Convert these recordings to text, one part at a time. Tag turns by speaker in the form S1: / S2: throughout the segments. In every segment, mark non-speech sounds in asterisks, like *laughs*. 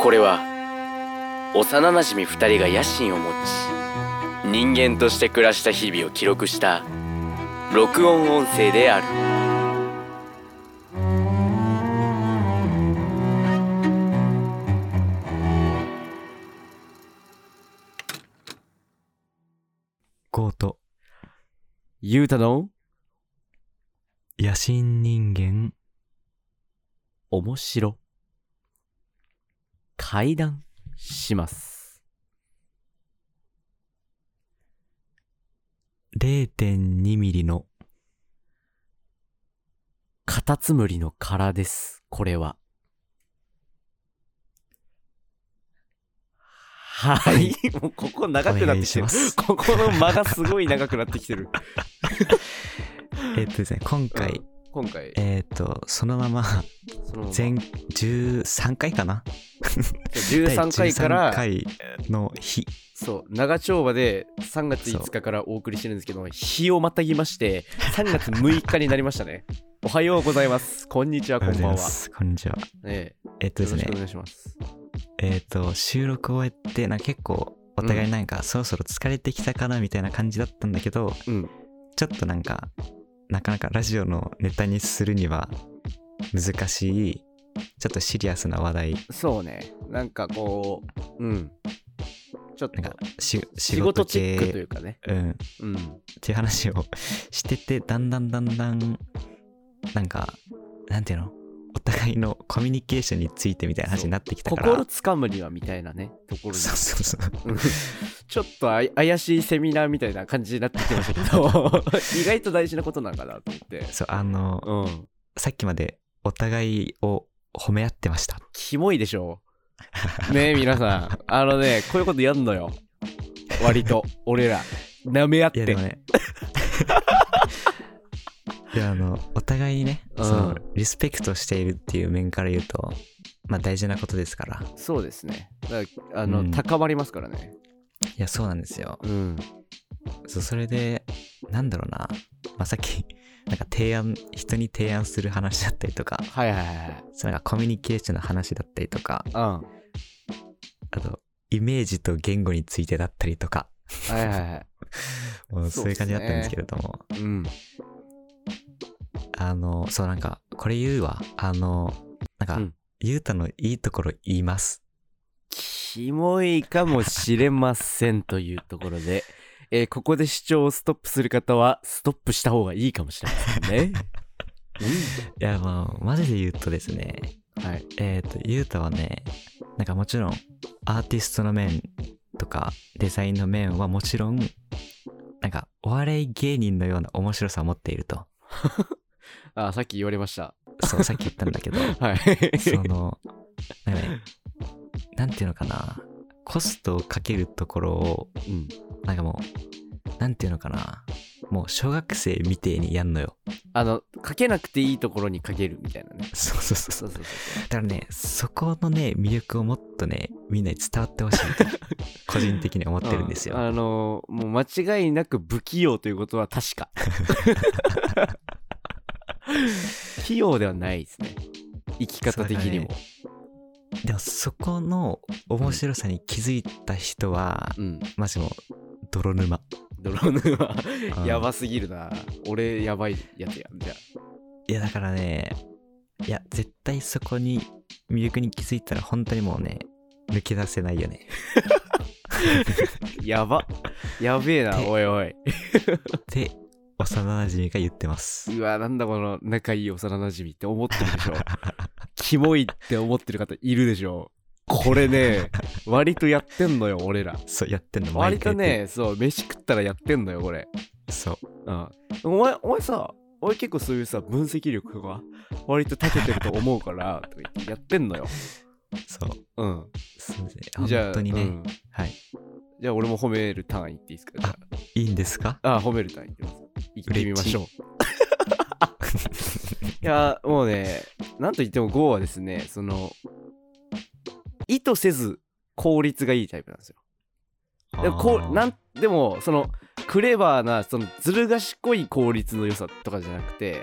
S1: これは幼なじみ2人が野心を持ち人間として暮らした日々を記録した録音音声である
S2: 強盗、
S1: ゆうたの
S2: 野心人間、
S1: 面白対談します
S2: 0.2ミリの、
S1: カタツムリの殻ですこれははい *laughs* もうここ長くなってきてる
S2: お願いします
S1: ここの間がすごい長くなってきてる
S2: えっとですね、今回、
S1: 今回
S2: えっと、そのまま、
S1: その
S2: 全13回かな
S1: 13回から
S2: 第13回の日、
S1: そう長丁場で3月
S2: そう
S1: 5日からお送りしてるんですけど日をまたぎまして3月6日になりましたねおはようございますこんにちはこんばんは
S2: おはようございますこんにちは。
S1: ね
S2: えっ
S1: え
S2: と
S1: よ
S2: で
S1: ろ
S2: す
S1: しく
S2: ね
S1: お、願いします
S2: えっと、収録終えて、なんか結構、お互いなんか、そろそろ疲れてきたかなみたいな感じだったんだけど、
S1: うん
S2: ちょっとなんか、なかなかラジオのネタにするには難しい、ちょっとシリアスな話題、
S1: そうねなんかこううんちょっと
S2: なんかし
S1: 仕
S2: 仕
S1: 事
S2: 事
S1: チ
S2: 系
S1: ックというかね
S2: うん、っ
S1: うん
S2: ていう話をしてて、だんだんだんだん、なんか、なんていうのお互いのコミュニケーションについてみたいな話になってきたから。
S1: 心つかむにはみたいなねところに
S2: そうそうそう。
S1: うんちょっとあい怪しいセミナーみたいな感じになってきましたけ
S2: *laughs*
S1: ど意外と大事なことなんかなと思って
S2: そう、あの、
S1: うん
S2: さっきまでお互いを褒め合ってました。
S1: キモいでしょねえ皆さんあのねこういうことやんのよ割と俺ら舐め合っ
S2: いや
S1: て
S2: でも *laughs* ね。いやあのお互いにね、
S1: うん
S2: そのリスペクトしているっていう面から言うと、まあ大事なことですから。い
S1: そうですねだからあの、
S2: うん
S1: 高まりますからね
S2: やそうなんですよ。
S1: うん
S2: そうそれでなんだろうな、まあ、さっき *laughs* なんか提案人に提案する話だったりとか、
S1: はいはいはい
S2: そのなんかコミュニケーションの話だったりとか、
S1: はいうん
S2: あとイメージと言語についてだったりとか、
S1: はいはいは
S2: もうそういう感じだったんですけれども、
S1: いうん
S2: あのそうなんかこれ言うわ、あのなんか、
S1: うん
S2: ゆうたのいいところ言います。
S1: キモいかもしれませんというところで、 *laughs* えーここで視聴をストップする方はストップした方がいいかもしれませんね。
S2: いや、まあ、マジで言うとですね、
S1: はい。
S2: えっ、と、ゆうたはね、なんかもちろん、アーティストの面とか、デザインの面はもちろん、なんか、お笑い芸人のような面白さを持っていると。
S1: *laughs* あー、さっき言われました。
S2: そう、さっき言ったんだ
S1: *laughs*
S2: けど、
S1: はい。
S2: その、なんかね、なんていうのかな、コストをかけるところを、
S1: うん。
S2: なんかもう、なんていうのかな、もう小学生みてえにやんのよ。
S1: *laughs* あの、かけなくていいところにかけるみたいなね。
S2: そうそうそうそ。
S1: そううそうそう
S2: だからね、そこのね、魅力をもっとね、みんなに伝わってほしい
S1: *laughs*
S2: と、個人的に思ってるんですよ。
S1: うあのーもう間違いなく不器用ということは確
S2: *laughs*
S1: か。器用ではないですね。生き方的にも。
S2: でもそこの面白さに気づいた人は、
S1: うん。
S2: マジもう泥沼
S1: 泥沼
S2: うん
S1: やばすぎるな俺やばいやつやじゃ
S2: いやだからねいや絶対そこに魅力に気づいたら本当にもうね抜け出せないよね
S1: あやばやべえな
S2: で
S1: おいおい
S2: って幼なじみが言ってます
S1: うわなんだこの仲いい幼なじみって思ってるでしょキモいって思ってる方いるでしょこれ
S2: *laughs*
S1: ね割とやってんのよ俺ら
S2: そうやってんの毎
S1: 割と
S2: 回
S1: ねそう飯食ったらやってんのよこれ
S2: そう
S1: うんお前お前さお前結構そういうさ分析力が割と長けてると思うからとか言ってやってんのよ
S2: そう
S1: うん
S2: すいません
S1: じゃあ
S2: 本当にね、
S1: うん
S2: はい
S1: じゃあ俺も褒める単位いっていいですかじゃあ
S2: いいんですか
S1: あ、褒める単位ってます。行ってみましょう。い
S2: 嬉 *laughs*
S1: や、もうね、なんといっても GO はですね、その、意図せず効率がいいタイプなんですよ。でもこ
S2: あー
S1: うなんでも、その、クレバーな、その、ずる賢い効率の良さとかじゃなくて、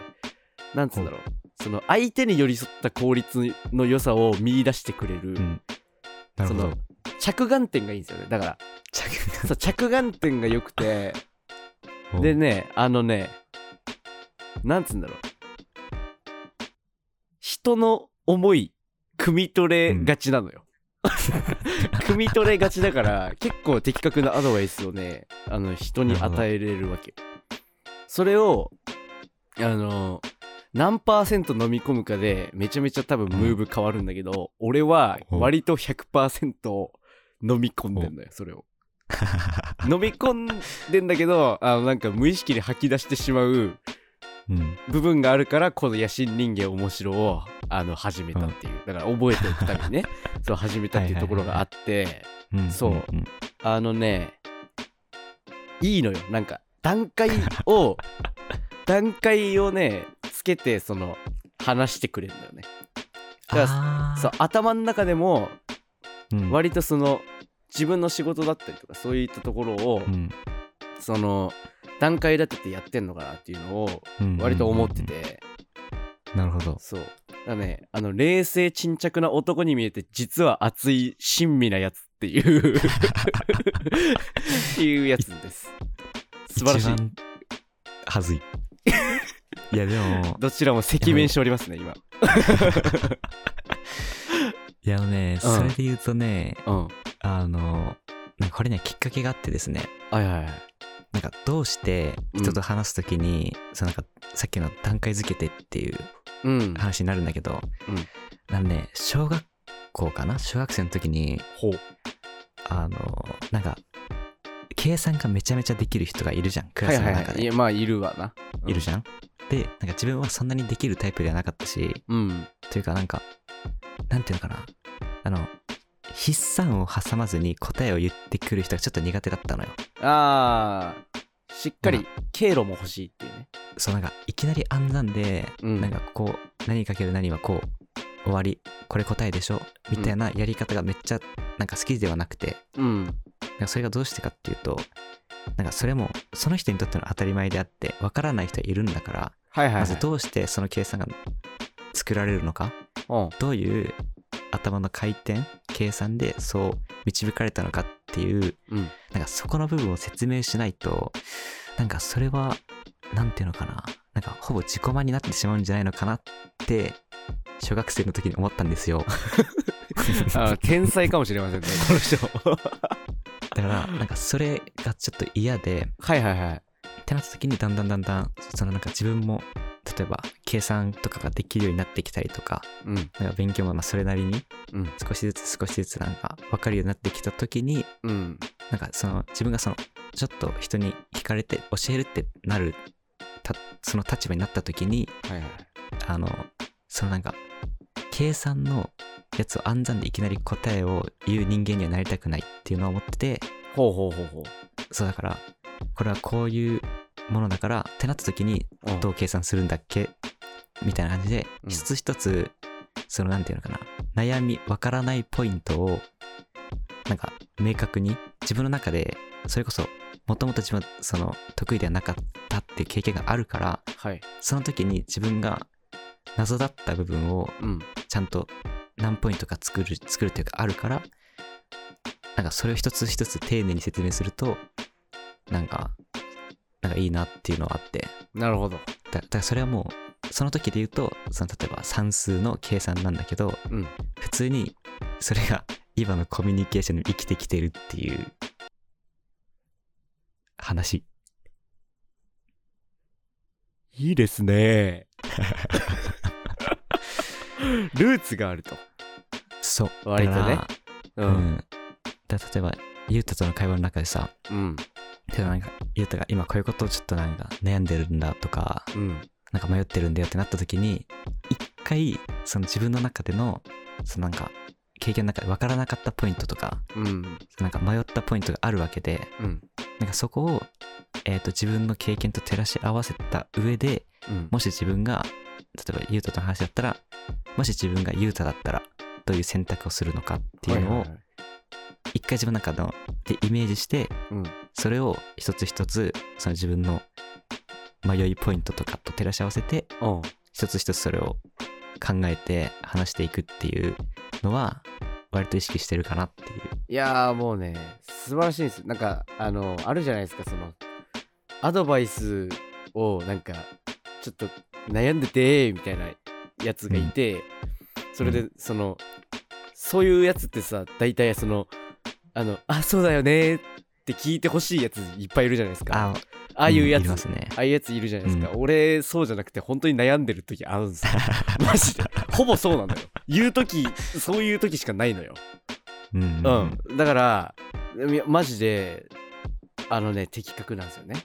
S1: なんつうんだろう。その相手に寄り添った効率の良さを見出してくれる
S2: うんなる
S1: そ
S2: ほど
S1: の。着眼点がいいんですよねだから
S2: 着
S1: *laughs* そう着眼点が良くて
S2: 眼
S1: でねあのねなんつうんだろう人の思い汲み取れがちなのよ、汲み取れがちだから結構的確なアドバイスをねあの人に与えれるわけそれをあの何パーセント飲み込むかでめちゃめちゃ多分ムーブ変わるんだけど、俺は割と100%飲み込んでんだよそれを飲み込んでんだけどあのなんか無意識に吐き出してしまう
S2: *laughs* うん。
S1: 部分があるからこの野心人間面白をあの始めたっていう、だから覚えておくために *laughs* ねそう始めたっていうところがあって、
S2: うん。
S1: そうん
S2: ん
S1: あのねいいのよなんか段階 *laughs* を段階をねつけてその話してくれるんだよねだか
S2: あー
S1: そう頭の中でも
S2: うん
S1: 割とその自分の仕事だったりとかそういったところを、
S2: うん
S1: その段階立ててやってんのかなっていうのを
S2: うん
S1: 割と思ってて、
S2: なるほど
S1: そう。だからね、あの、冷静沈着な男に見えて、実は熱い、親身なやつって
S2: *laughs*
S1: いう、っていうやつです。素晴らしい
S2: 一。番
S1: *laughs*
S2: はずいいやでも
S1: どちらも赤面しておりますね、今。
S2: いやあのね
S1: うん
S2: それで言うとね、
S1: うん。は
S2: あのなんかこれにはきっかけがあってですね
S1: いはいはい。
S2: なんかどうして人と話すときに、そのなんかさっきの段階づけてっていう
S1: うん。
S2: 話になるんだけど、
S1: うん
S2: なんで小学校かな小学生の時に
S1: ほう。
S2: あのなんか計算がめちゃめちゃできる人がいるじゃんクラ
S1: はい
S2: スの
S1: はい
S2: 中
S1: はい。い
S2: で
S1: や、まあ、いるわな。
S2: いるじゃん。でなんか自分はそんなにできるタイプではなかったし
S1: うん。
S2: というかなんかなんていうのかなあの筆算を挟まずに答えを言ってくる人がちょっと苦手だったのよ
S1: あー、しっかり経路も欲しいっていうね。
S2: そうなんかいきなり暗算で、
S1: うん
S2: なんかこう何かける何はこう終わりこれ答えでしょみたいなやり方がめっちゃなんか好きではなくて
S1: うん。
S2: なんかそれがどうしてかっていうとなんかそれもその人にとっての当たり前であってわからない人はいるんだから
S1: はいはい、はい。
S2: まずどうしてその計算が作られるのか
S1: うん。
S2: どういう頭の回転計算でそう導かれたのかっていう
S1: うん。
S2: なんかそこの部分を説明しないとなんかそれはなんていうのかななんかほぼ自己満になってしまうんじゃないのかなって小学生の時に思ったんですよ
S1: *laughs* あー天才かもしれませんね、この
S2: *laughs*
S1: 人。
S2: だからなんかそれがちょっと嫌で
S1: はいはいはい。
S2: ってなった時にだんだんだんだんそのなんか自分も例えば計算とかができるようになってきたりとか
S1: うん。
S2: なんか勉強もまあそれなりに
S1: うん。
S2: 少しずつ少しずつなんか分かるようになってきた時に
S1: うん。
S2: なんかその自分がそのちょっと人に惹かれて教えるってなるたその立場になった時に
S1: はいはい。
S2: あのそのなんか計算のやつを暗算でいきなり答えを言う人間にはなりたくないっていうのを思ってて
S1: ほうほうほうほう。
S2: そうだからこれはこういうものだからってなった時に
S1: うん
S2: どう計算するんだっけみたいな感じで
S1: うん
S2: 一つ一つそのなんていうのかな悩みわからないポイントをなんか明確に自分の中でそれこそもともと自分はその得意ではなかったっていう経験があるから
S1: はい。
S2: その時に自分が謎だった部分を
S1: うん。
S2: ちゃんと何ポイントか作る作るというかあるからなんかそれを一つ一つ丁寧に説明するとなんかなんかいいなっていうのはあって
S1: なるほど。
S2: だだからそれはもうその時で言うとその例えば算数の計算なんだけど
S1: うん。
S2: 普通にそれが今のコミュニケーションに生きてきてるっていう話
S1: いいですね。ルーツがあると。
S2: そう
S1: 割とね
S2: だから
S1: う
S2: う。ん。だ例えば、ゆうたとの会話の中でさ、
S1: うん。
S2: 例えばなんか、ゆうたが今こういうことをちょっとなんか悩んでるんだとか、
S1: うん。
S2: なんか迷ってるんだよってなった時に、一回、その自分の中での、そのなんか、経験の中で分からなかったポイントとか、
S1: うん。
S2: なんか迷ったポイントがあるわけで、
S1: うん。
S2: なんかそこを、えっ、と、自分の経験と照らし合わせた上で、
S1: うん。
S2: もし自分が、例えばゆうたとの話だったら、もし自分がゆうただったら、どういう選択をするのかっていうの
S1: は
S2: を
S1: いはい、はい
S2: 一回自分の中のでイメージして
S1: うん。
S2: それを一つ一つその自分の迷いポイントとかと照らし合わせて
S1: うん。
S2: 一つ一つそれを考えて話していくっていうのは割と意識してるかなっていう。
S1: いやーもうね素晴らしいんですよなんかあのあるじゃないですかそのアドバイスをなんかちょっと悩んでてみたいなやつがいて、それ
S2: う
S1: でそのそういうやつってさ大体そのあのあそうだよねって聞いてほしいやついっぱいいるじゃないですか
S2: あ
S1: ああいうや
S2: んい
S1: つ、
S2: ま
S1: あ
S2: すね。
S1: あいうやついるじゃないですか、俺そうじゃなくて本当に悩んでる時あるんですよマジでほぼそうなんだよ言う時そういう時しかないのよ
S2: うんうんうん。
S1: うん、だからいやマジであのね的確なんですよ
S2: *laughs*
S1: ね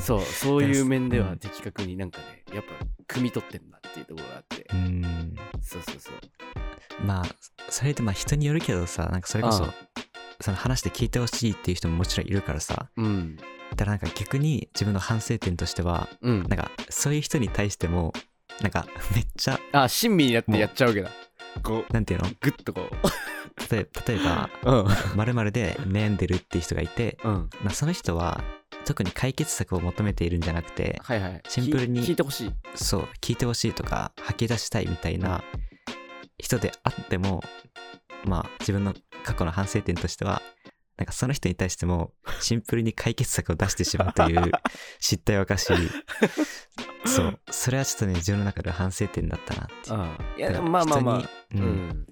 S1: そうそういう面で
S2: う
S1: は
S2: ん
S1: 的確になんかねやっぱ汲み取ってんだっていうところがあって
S2: うん
S1: そうそうそう
S2: まあそれってまあ人によるけどさなんかそれこそ
S1: ああ
S2: その話で聞いてほしいっていう人ももちろんいるからさ
S1: うん
S2: だからなんか逆に自分の反省点としては
S1: うん
S2: なんかそういう人に対してもなんかめっちゃ
S1: あ親身になってやっちゃうわけだこう
S2: なんていうの
S1: グッとこ
S2: 例え例えば
S1: ううん
S2: 〇〇で悩んでるっていう人がいて、
S1: うん
S2: まあ、その人は特に解決策を求めているんじゃなくて
S1: はいはい
S2: シンプルに
S1: 聞聞いてほしい
S2: そう聞いてほしいとか吐き出したいみたいな人であってもまあ自分の過去の反省点としてはなんかその人に対してもシンプルに解決策を出してしまうという
S1: *laughs*
S2: 失態を犯しそうそれはちょっとね自分の中で反省点だったなっていう
S1: あいや
S2: だから
S1: まあまあまあ
S2: 人
S1: う
S2: に
S1: ん、
S2: うん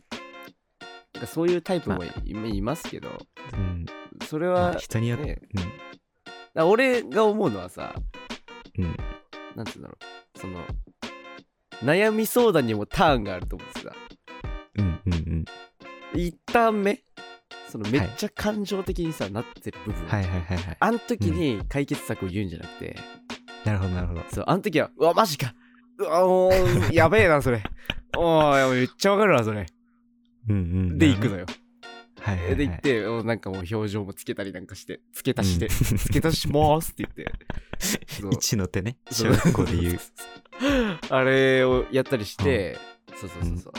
S1: なんかそういうタイプも
S2: ま
S1: い,、いますけど
S2: うん
S1: それ
S2: まあ
S1: は、
S2: 人によって、
S1: ねだから俺が思うのはさ
S2: うんうん
S1: なんつうんだろうその悩み相談にもターンがあると思うんですが
S2: うんうんうん
S1: 一旦目そのめ
S2: はい
S1: っちゃ感情的にさ、なってる部分、
S2: はいはいはいはい
S1: あん時に解決策を言うんじゃなくて、
S2: なるほどなるほど
S1: そうあん時はうわマジかうわもうやべえなそ
S2: *laughs*
S1: れおーめっちゃわかるなそれ
S2: うんうん
S1: で行くのよ、
S2: はいはい、はい、
S1: で行っておなんかもう表情もつけたりなんかしてつけ足して、
S2: うん
S1: つけ足しますって言って
S2: *laughs*
S1: そう
S2: 一の手ね
S1: そ
S2: 小
S1: う
S2: 学校で言う
S1: あれをやったりして、そうそうそうそ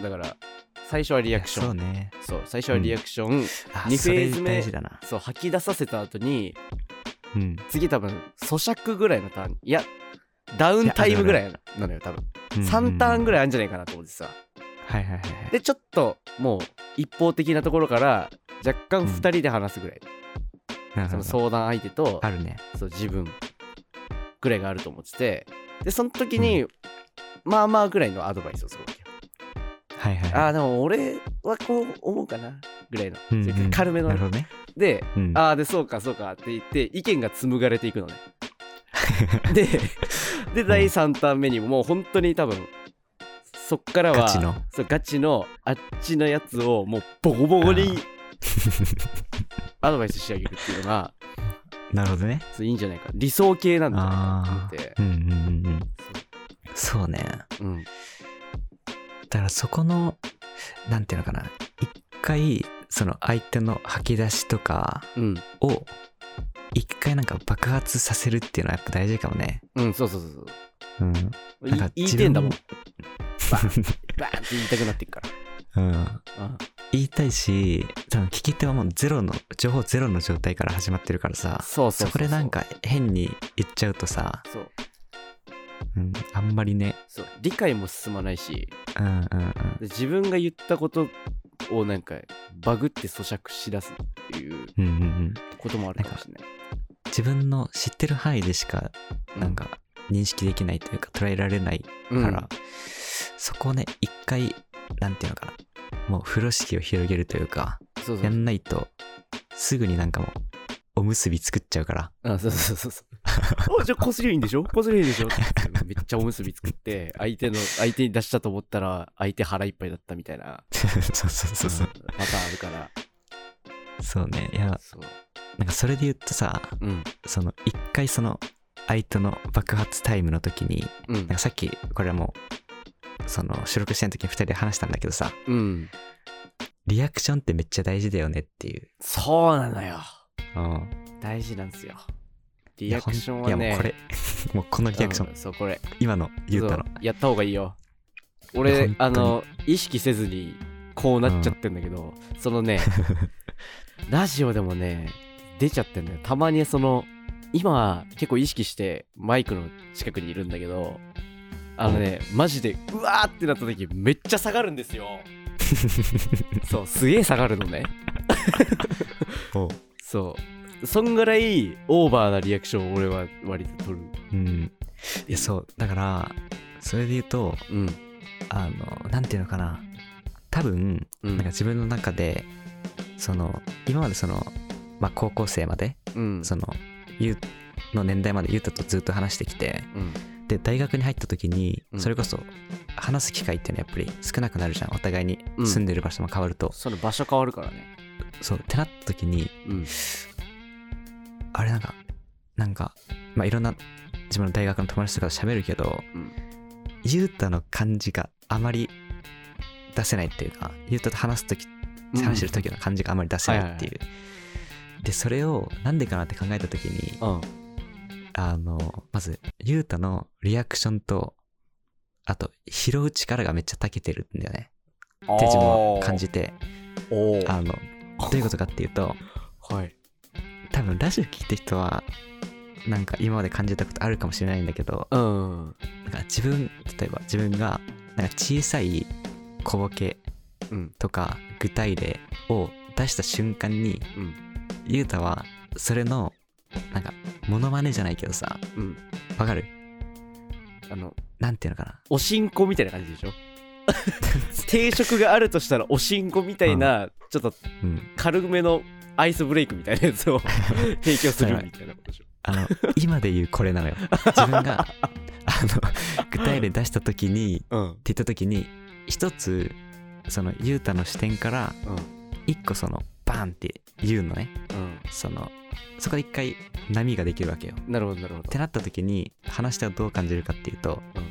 S1: う、だから最初はリアクション
S2: そうね
S1: そう最初はリアクション、
S2: あ
S1: 二フェーズ
S2: それ
S1: 目
S2: 大事だな
S1: そう吐き出させた後に
S2: うん
S1: 次多分咀嚼ぐらいのターンいやダウンタイムぐらいなのよ多分3ターンぐら
S2: らい。
S1: いあるんじゃないかなと思ってさ
S2: はいはいはいはい。
S1: でちょっともう一方的なところから若干
S2: うん
S1: 2人で話すぐらい、
S2: なる
S1: そ
S2: ほど
S1: の相談相手と
S2: あるね。
S1: そう自分ぐらいがあると思っててでその時に、まあまあぐらいのアドバイスをするわけよ
S2: はいはいはい。
S1: ああでも俺はこう思うかなぐらいの、
S2: うんうん
S1: 軽めの
S2: なるほどね。
S1: で
S2: うん
S1: ああでそうかそうかって言って意見が紡がれていく *laughs* のねでで第3ターン目にももう本当に多分そっからは
S2: ガチの
S1: そうガチのあっちのやつをもうボコボコにアドバイスしてあげるっていうのが
S2: *laughs* なるほどね。
S1: そういいんじゃないか理想系なんだなと思って
S2: うんうんうんうん。そうね。
S1: そううん
S2: だからそこの、なんていうのかな。一回、その相手の吐き出しとか
S1: うん
S2: を、一回なんか爆発させるっていうのはやっぱ大事かもね。
S1: うんそうそうそうそう
S2: うん。
S1: い
S2: なんか
S1: 言いてんだもん
S2: 自
S1: バーン *laughs* バーンって言いたくなっていくか
S2: うん。
S1: らうん
S2: 言いたいし、多分聞き手はもうゼロの、情報ゼロの状態から始まってるからさ。
S1: そうそう
S2: そこでなんか変に言っちゃうとさ、
S1: そう
S2: うん、あんまりね、
S1: そう理解も進まないし
S2: うんうん
S1: で自分が言ったことをなんかバグって咀嚼しだすっていう
S2: うん、うんうんうん、
S1: こともあるかもしれない。
S2: 自分の知ってる範囲でしか
S1: う
S2: なん、か認識できないというか捉えられないか
S1: うん、
S2: ら、そこをね一回なんていうのかなもう風呂敷を広げるというか
S1: そうそ
S2: や
S1: うん
S2: ないとすぐになんかもうおむすび作っちゃうから *laughs*
S1: あそうそうそうそう。 *laughs* あじゃあこすりゃいいんでしょこすりゃいいんでしょってめっちゃおむすび作って相手の相手に出したと思ったら相手腹いっぱいだったみたいな
S2: そうそうそうそう、
S1: んパターンあるから。
S2: そうねいや
S1: そう
S2: なんかそれで言うとさ
S1: うん
S2: その一回その相手の爆発タイムの時に
S1: うん
S2: なんかさっきこれはもうその収録してる時に2人で話したんだけどさ
S1: うん。
S2: リアクションってめっちゃ大事だよねっていう、
S1: そうなのよ。
S2: うん、
S1: 大事なんですよ。リアクションはいね。
S2: やほんいやもうこれ *laughs* もうこのリアクション、
S1: うんそうこれ。
S2: 今の言うたの
S1: そうやった方がいいよ
S2: いや
S1: 俺
S2: 本当
S1: あ
S2: に
S1: の意識せずにこうなっちゃってんだけど、その
S2: *laughs*
S1: ねラジオでもね出ちゃってんだよたまにその今結構意識してマイクの近くにいるんだけどあのね、マジでうわーってなった時めっちゃ下がるんですよそうすげえ下がるのね
S2: おう
S1: そうそんぐらいオーバーなリアクションを俺は割と取る
S2: *laughs* うん。いや、そう。だから、それで言うと、
S1: うん
S2: あの、なんていうのかな。多分、
S1: うん
S2: なんか自分の中で、その、今までその、まあ、高校生まで、
S1: うん
S2: その、ゆうの年代までゆうたとずっと話してきて、
S1: うん
S2: で、大学に入った時に
S1: う、ん
S2: それこそ、話す機会っていうのはやっぱり少なくなるじゃん。お互いに
S1: うん
S2: 住んでる場所も変わると。
S1: その場所変わるからね
S2: そう。ってなった時に、
S1: うん
S2: あれなんか、なんか、まあ、いろんな自分の大学の友達とかと喋るけど、
S1: うん
S2: ゆうたの感じがあまり出せないっていうか、ゆうたと話すとき、話してる時の感じがあまり出せないっていう。で、それをなんでかなって考えたときに、
S1: うん
S2: あの、まず、ゆうたのリアクションと、あと、拾う力がめっちゃ長けてるんだよね。って自分は感じて、
S1: おー
S2: あの、どういうことかっていうと、
S1: はい
S2: 多分ラジオ聞いた人はなんか今まで感じたことあるかもしれないんだけど
S1: うん
S2: なんか自分例えば自分がなんか小さい小ボケ
S1: うん
S2: とか具体例を出した瞬間に
S1: うん
S2: ゆうたはそれのなんかモノマネじゃないけどさ
S1: うん
S2: わかる
S1: あの
S2: なんていうのかな
S1: おしんこみたいな感じでしょ定食があるとしたらおしんこみたいな、ちょっと
S2: うん
S1: 軽めのアイスブレイクみたいなやつを提供するみたいなことでしょ
S2: あの今で言うこれなのよ自分があの具体例出した時にっ
S1: うん
S2: て言った時に一つそのゆうたの視点から
S1: うん
S2: 一個そのバーンって言うのね
S1: う
S2: そのそこで一回波ができるわけよっ
S1: んなるほどなるほど
S2: てなった時に話してはどう感じるかっていうと、
S1: うん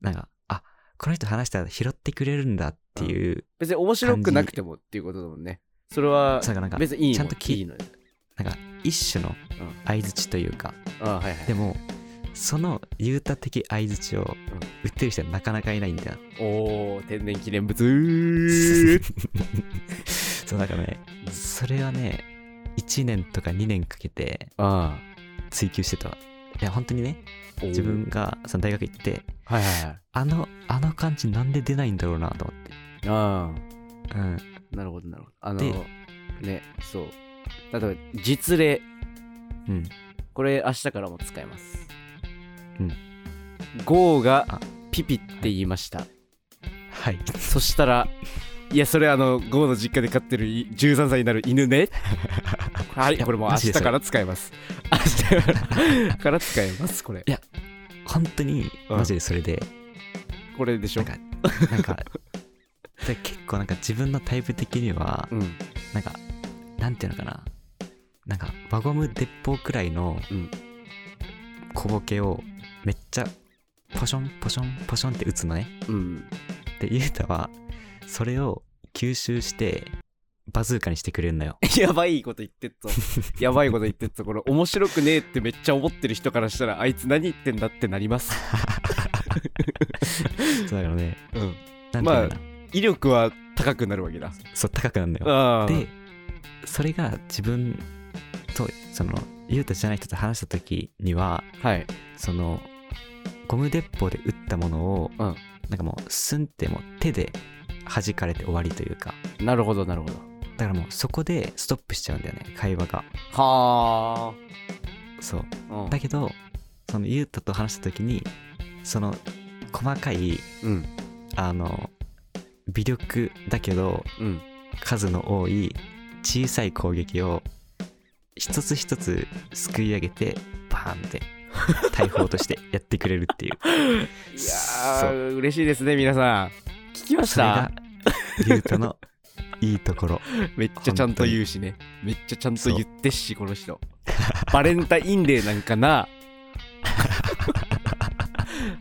S2: なんかあこの人話したら拾ってくれるんだっていう、
S1: 別に面白くなくてもっていうことだもんねそれは
S2: それがなんか
S1: 別にいい
S2: ちゃ
S1: も
S2: んと聞い
S1: いいのよ
S2: なんか一種の
S1: うん
S2: 相づちというか、
S1: ああはいはい
S2: でもその雄太的相づちを売ってる人はなかなかいないんだよ、
S1: おお天然記念物
S2: *laughs* そうだからねそれはね1年とか2年かけて
S1: *laughs* あ
S2: 追求してたわいや本当にね
S1: あ
S2: 自分がその大学行って
S1: はいはいはい
S2: あの、あの感じなんで出ないんだろうなと
S1: あ
S2: 思って。うん。
S1: あなるほどなるほどあの
S2: で
S1: ねそう例えば実例
S2: うん。
S1: これ明日からも使えます
S2: うん
S1: ゴー
S2: あ
S1: がピピって言いました
S2: はい。
S1: そしたらいやそれあのゴーの実家で飼ってるい13歳になる犬 *laughs* ねはい
S2: や
S1: これもう明
S2: マ
S1: 日
S2: ジでそれ
S1: から使えます明日から *laughs* から使えますこれ
S2: 本当に、
S1: うん
S2: マジでそれで、
S1: これでし
S2: な
S1: ょ
S2: んか、なんか、 *laughs* で結構なんか自分のタイプ的には、
S1: うん
S2: なんか、なんていうのかな。なんか、輪ゴム鉄砲くらいの
S1: うん
S2: 小ボケをめっちゃ、ポションポションポションって打つのね。
S1: うん
S2: で、ゆうたは、それを吸収して、バズーカにしてくれるの
S1: *laughs*
S2: よ。
S1: やばいこと言ってっ *laughs* ぞやばいこと言ってっぞこれ面白くねえってめっちゃ思ってる人からしたらあいつ何言ってんだってなります、
S2: そうだからね、
S1: うん、
S2: なんていうのかな。
S1: 威力は高くなるわけだ
S2: そう、高くなるのよ。
S1: あー
S2: でそれが自分とそのゆうたじゃない人と話した時には
S1: はい
S2: そのゴム鉄砲で撃ったものを、
S1: うん
S2: なんかもうスンってもう手で弾かれて終わりというか
S1: なるほどなるほど
S2: だからもうそこでストップしちゃうんだよね会話が
S1: は
S2: そう
S1: あ
S2: だけどそのゆうたと話した時にその細かい
S1: うん
S2: あの微力だけど
S1: うん
S2: 数の多い小さい攻撃を一つ一つすくい上げてバーンって大砲としてやってくれるっていう
S1: *laughs* いやー嬉しいですね皆さん聞きまし
S2: それ
S1: た
S2: がゆうたのいいところ
S1: めっちゃちゃんと言うしねめっちゃちゃんと言ってっしこの人バレンタインデーなんか *laughs* なは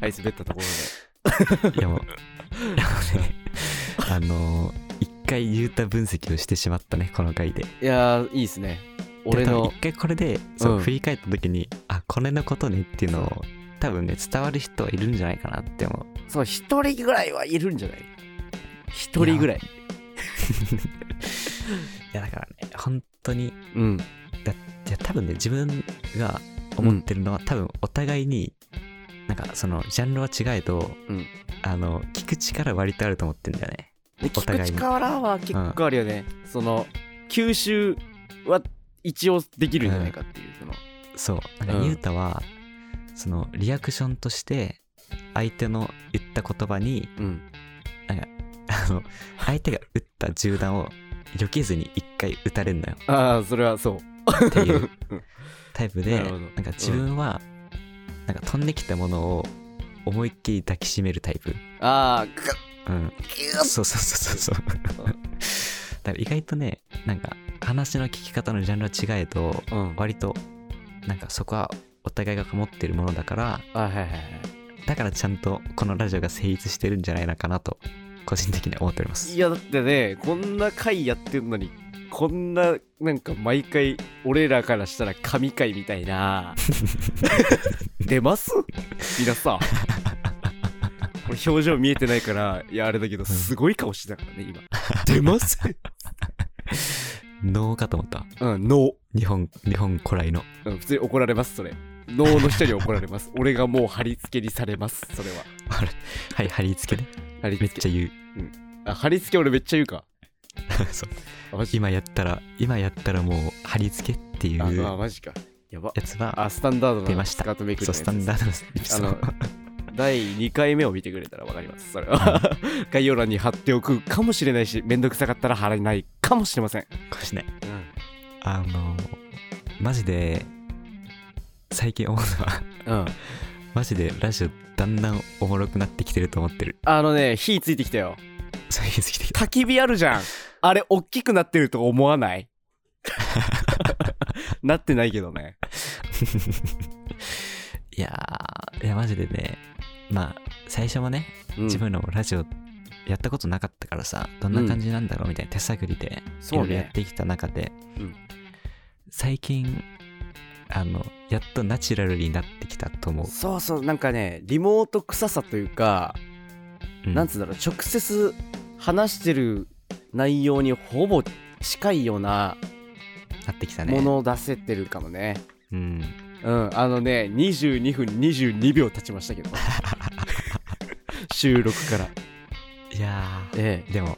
S1: い滑ったところ
S2: いやもう *laughs* いやもうねあのー一回ゆうた分析をしてしまったねこの回で
S1: でいやーいいですね俺
S2: でも多
S1: の
S2: 分一回これでそう、
S1: うん
S2: 振り返った時にあこれのことねっていうのを多分ね伝わる人はいるんじゃないかなって思う
S1: そう一人ぐらいはいるんじゃない一人ぐらい
S2: いやだからね本当に
S1: うん
S2: じゃ多分ね自分が思ってるのは、多分お互いになんかそのジャンルは違えど、
S1: うん
S2: あの聞く力割とあると思ってんだよね
S1: で
S2: お
S1: 菊
S2: 互いに
S1: 池からは結構あるよね、その吸収は一応できるんじゃないかっていう、その
S2: そうなん
S1: う
S2: か
S1: ん
S2: ゆうたは、そのリアクションとして相手の言った言葉に
S1: うん
S2: あの相手が打った銃弾を避けずに一回撃たれるのよ
S1: ああそれはそう
S2: っていう
S1: *laughs*
S2: タイプで
S1: な
S2: な
S1: るほど
S2: んか自分は、なんか飛んできたものを思いっきり抱きしめるタイプ、
S1: ああガッ
S2: うん、
S1: ギュッ
S2: そうそうそう
S1: *laughs*
S2: そうそう
S1: う
S2: だから意外とねなんか話の聞き方のジャンルは違えど
S1: うんはい
S2: 割となんかそこはお互いが持ってるものだから
S1: はいはいはい
S2: だからちゃんとこのラジオが成立してるんじゃないのかなと個人的には思っております
S1: いやだってねこんな回やってんのにこんななんか毎回俺らからしたら神回みたい *laughs* な出ます皆さん俺表情見えてないからいやあれだけどすごい顔してたからね今出ます
S2: *laughs* 能かと思った
S1: うんノー
S2: 日本日本古来の
S1: うん、普通に怒られます、それ。脳の人に怒られます。 *laughs* 俺がもう貼り付けにされます、それは。
S2: あれはい貼り付けね
S1: 貼り
S2: め
S1: 付
S2: っ
S1: け。
S2: ちゃ言う *laughs*
S1: あ、貼り付け俺めっちゃ言うか。
S2: そう
S1: あ、マジ
S2: 今やったら今やったらもう貼り付けっていう
S1: あ、あ
S2: や
S1: マジか。やば。
S2: つは
S1: あ、スタンダード
S2: 出
S1: な
S2: まし
S1: ス
S2: た
S1: カートめくり
S2: そう
S1: の
S2: スタ
S1: や
S2: ン
S1: つで
S2: ダードのエピソード
S1: あのす。第2回目を見てくれたらわかります、それは。概要欄に貼っておくかもしれないし、めんどくさかったら貼らないかもしれません。
S2: かもしれない
S1: うん。
S2: あのマジで最近思うの
S1: う
S2: は
S1: ん、
S2: マジでラジオだんだんおもろくなってきてると思ってる
S1: あのね、火ついてきたよ。
S2: そういう時期で
S1: 焚き火あるじゃん。あれ、大きくなってると思わない
S2: *laughs*
S1: なってないけどね。
S2: いやーいやマジでねまあ最初もね
S1: うん
S2: 自分らもラジオやったことなかったからさどんな感じなんだろうみたいな手探りでい
S1: そ
S2: ろ
S1: う
S2: いろやっ
S1: ね。
S2: てきた中で、
S1: うん
S2: 最近あのやっとナチュラルになってきたと思う、
S1: そうそうなんかねリモート臭さというか、
S2: うん
S1: なんつうんだろう直接話してる内容にほぼ近いような
S2: なってきたね
S1: ものを出せてるかもね
S2: うん、
S1: うんあのね22分22秒経ちました
S2: *laughs*
S1: けど収録から
S2: いや
S1: え
S2: ーでも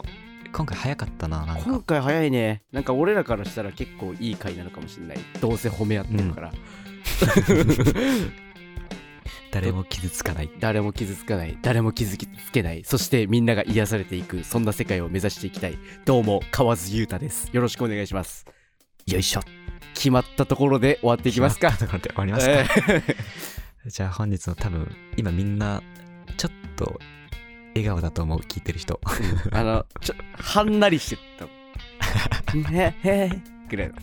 S2: 今回早かったななん
S1: え
S2: か
S1: 今回早いねなんか俺らからしたら結構いい回なのかもしれないどうせ褒め合ってるから、
S2: 誰も傷つかない
S1: 誰も傷つかない誰も傷つけないそしてみんなが癒されていくそんな世界を目指していきたいどうも川津裕太ですよろしくお願いします
S2: よいしょ
S1: 決まったところで終わっていきますか
S2: ところで終わりますか、
S1: え
S2: じゃあ本日の多分今みんなちょっと笑顔だと思う聞いてる人
S1: えあのちょはんなりしてた
S2: *laughs*
S1: ねへへぐらいの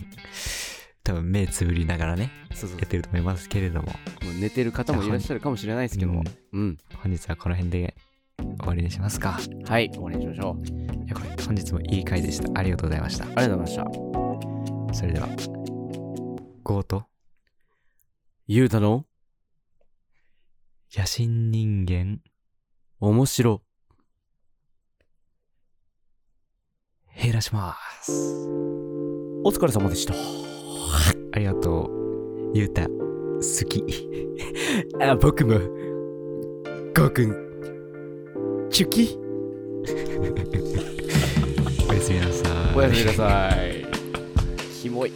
S2: 多分目つぶりながらね
S1: そうそう
S2: やってると思いますけれども
S1: もう寝てる方もいらっしゃるかもしれないですけどもうん、
S2: 本日はこの辺で終わりにしますか
S1: はい終わりにしましょう
S2: いやこれ本日もいい回でしたありがとうございました
S1: ありがとうございました
S2: それでは強盗
S1: 裕太の
S2: 野心人間
S1: 面白
S2: 減らします
S1: お疲れ様でした
S2: ありがとうゆうた好き *laughs*
S1: あ僕もごくんチュキ
S2: *laughs* おやすみなさい
S1: *laughs* おやすみなさいキモい